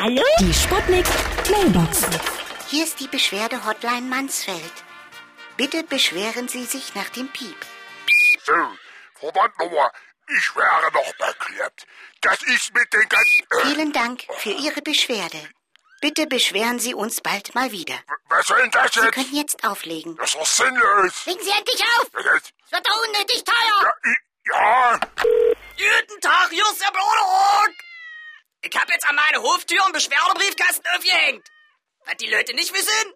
Hallo? Die Sputnik Mailbox. Hier ist die Beschwerde-Hotline Mansfeld. Bitte beschweren Sie sich nach dem Piep. So, Verband nochmal. Ich wäre noch beklebt. Das ist mit den ganzen... Äh, Vielen Dank für Ihre Beschwerde. Bitte beschweren Sie uns bald mal wieder. was soll denn das Sie jetzt? können jetzt auflegen. Das ist doch sinnlos. Legen Sie endlich auf! Das ist- Es wird doch unnötig Ja, teuer! ich- ja, Guten Tag, hier ist der Bruderhock. Ich hab jetzt an meine Hoftür einen Beschwerdebriefkasten aufgehängt. Was die Leute nicht wissen,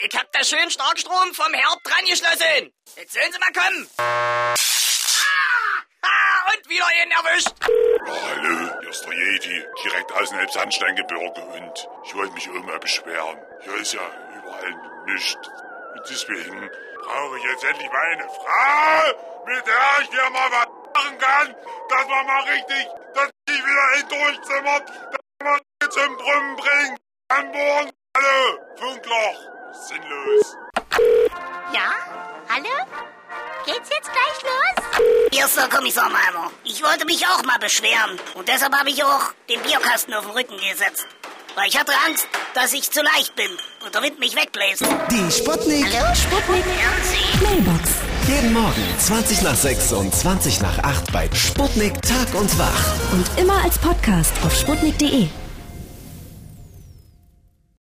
ich hab da schön Starkstrom vom Herd dran geschlossen. Jetzt sollen sie mal kommen. Ah, ah, und wieder ihn erwischt. Ja, hallo, hier ist der Jedi, direkt aus dem Elbsandsteingebirge und ich wollte mich irgendwann beschweren. Hier ist ja überall nichts. Und deswegen brauche ich jetzt endlich meine Frau, mit der ich hier mal was machen kann, dass man mal richtig, dass ich wieder in durchzimmert, dass man mich zum Brummen bringt. Anbohren, hallo, Funkloch, sinnlos. Ja? Hallo? Geht's jetzt gleich los? Hier ist der Kommissar Malmer. Ich wollte mich auch mal beschweren. Und deshalb habe ich auch den Bierkasten auf den Rücken gesetzt. Weil ich hatte Angst, dass ich zu leicht bin und der Wind mich wegbläst. Die Sputnik. Sputnik Mailbox. Jeden Morgen 20 nach 6 und 20 nach 8 bei Sputnik Tag und Wach. Und immer als Podcast auf sputnik.de.